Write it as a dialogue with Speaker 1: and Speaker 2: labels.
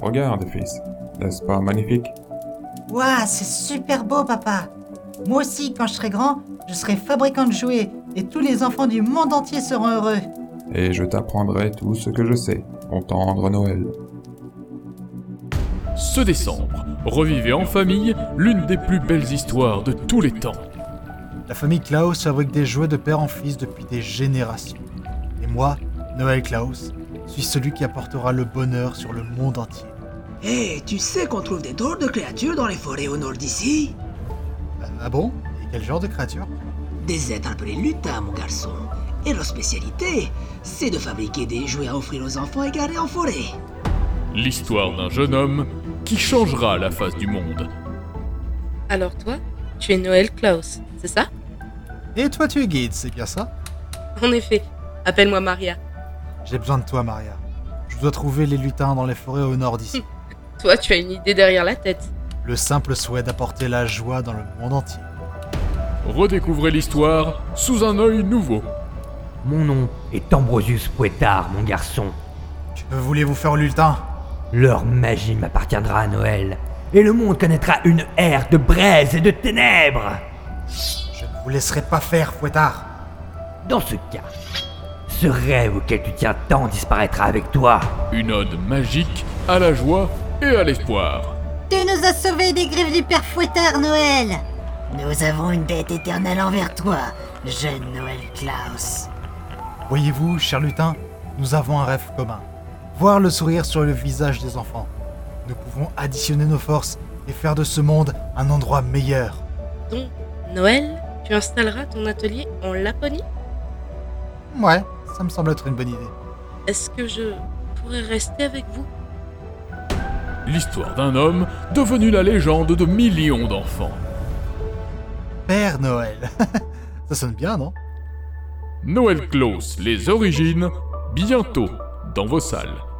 Speaker 1: Regarde, fils. N'est-ce pas magnifique
Speaker 2: Ouah, c'est super beau, papa. Moi aussi, quand je serai grand, je serai fabricant de jouets et tous les enfants du monde entier seront heureux.
Speaker 1: Et je t'apprendrai tout ce que je sais, mon tendre Noël.
Speaker 3: Ce décembre, revivez en famille l'une des plus belles histoires de tous les temps.
Speaker 4: La famille Klaus fabrique des jouets de père en fils depuis des générations. Et moi, Noël Klaus, suis celui qui apportera le bonheur sur le monde entier.
Speaker 5: Hé, Eh, tu sais qu'on trouve des drôles de créatures dans les forêts au nord d'ici
Speaker 4: Ah- Ah bon Et quel genre de créature
Speaker 5: Des êtres appelés lutins, mon garçon. Et leur spécialité, c'est de fabriquer des jouets à offrir aux enfants égarés en forêt.
Speaker 3: L'histoire d'un jeune homme qui changera la face du monde.
Speaker 6: Alors toi, tu es Noël Klaus, c'est ça
Speaker 4: Et toi, tu es guide, c'est bien ça
Speaker 6: En effet, appelle-moi Maria.
Speaker 4: J'ai besoin de toi, Maria. Je dois trouver les lutins dans les forêts au nord d'ici.
Speaker 6: Toi, tu as une idée derrière la tête.
Speaker 4: Le simple souhait d'apporter la joie dans le monde entier.
Speaker 3: Redécouvrez l'histoire sous un œil nouveau.
Speaker 7: Mon nom est Ambrosius Poétard, mon garçon.
Speaker 4: Que voulez-vous faire aux lutins
Speaker 7: Leur magie m'appartiendra à Noël. Et le monde connaîtra une ère de braise et de ténèbres.
Speaker 4: Je ne vous laisserai pas faire, Fouettard.
Speaker 7: Dans ce cas, ce rêve auquel tu tiens tant disparaîtra avec toi.
Speaker 3: Une ode magique à la joie et à l'espoir.
Speaker 8: Tu nous as sauvés des griffes du père Fouettard, Noël
Speaker 9: Nous avons une dette éternelle envers toi, jeune Noël Klaus.
Speaker 4: Voyez-vous, cher lutin, nous avons un rêve commun. Voir le sourire sur le visage des enfants. Nous pouvons additionner nos forces et faire de ce monde un endroit meilleur.
Speaker 6: Donc, Noël, tu installeras ton atelier en Laponie
Speaker 4: Ouais, ça me semble être une bonne idée.
Speaker 6: Est-ce que je pourrais rester avec vous
Speaker 3: L'histoire d'un homme devenu la légende de millions d'enfants.
Speaker 4: Père Noël. ça sonne bien, non
Speaker 3: Noël Klaus, les origines, bientôt dans vos salles.